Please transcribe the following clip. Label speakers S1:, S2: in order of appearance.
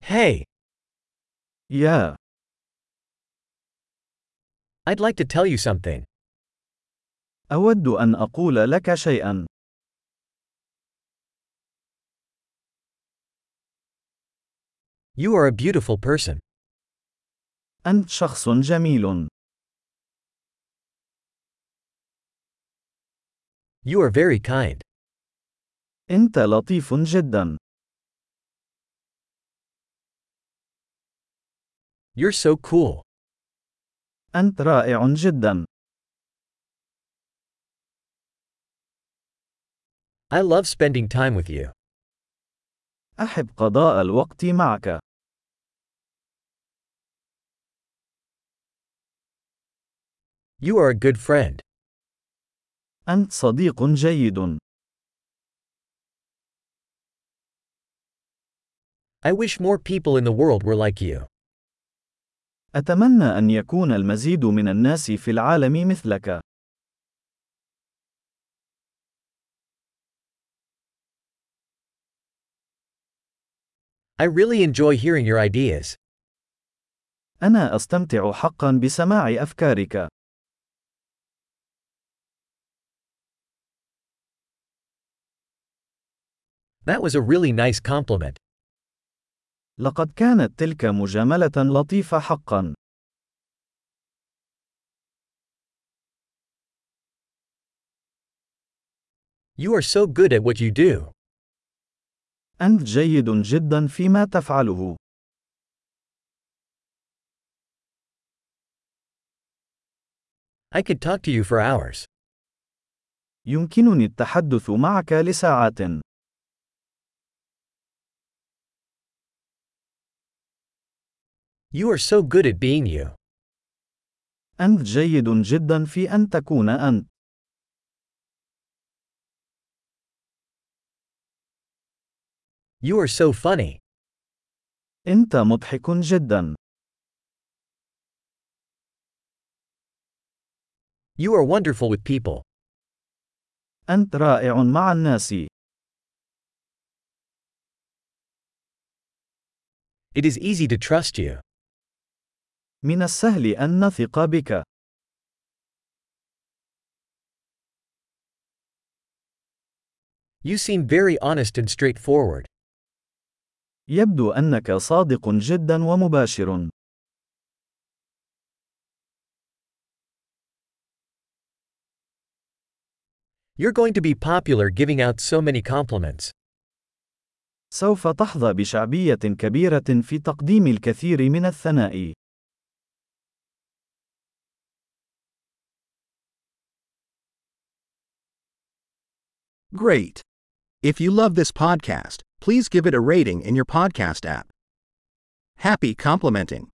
S1: Hey,
S2: Yeah,
S1: I'd like to tell you something.
S2: أود أن أقول لك شيئا.
S1: You are a beautiful person.
S2: أنت شخص جميل.
S1: You are very kind.
S2: أنت لطيف جدا.
S1: You're so cool.
S2: أنت رائع جدا.
S1: I love spending time with you.
S2: أحب قضاء الوقت معك.
S1: You are a good friend.
S2: أنت صديق جيد.
S1: I wish more people in the world were like you.
S2: أتمنى أن يكون المزيد من الناس في العالم مثلك.
S1: I really enjoy hearing your ideas.
S2: أنا أستمتع حقا بسماع أفكارك.
S1: That was a really nice compliment.
S2: لقد كانت تلك مجاملة لطيفة حقا.
S1: You are so good at what you do.
S2: أنت جيد جدا فيما تفعله.
S1: I could talk to you for hours.
S2: يمكنني التحدث معك لساعات.
S1: You are so good at being you.
S2: أنت جيد جدا في أن تكون أنت.
S1: You are so funny.
S2: أنت مضحك جدا.
S1: You are wonderful with people.
S2: أنت رائع مع الناس.
S1: It is easy to trust you.
S2: من السهل أن نثق بك.
S1: You seem very honest and straightforward.
S2: يبدو أنك صادق جدا ومباشر.
S1: You're going to be popular giving out so many compliments.
S2: سوف تحظى بشعبية كبيرة في تقديم الكثير من الثناء.
S3: Great. If you love this podcast, please give it a rating in your podcast app. Happy complimenting.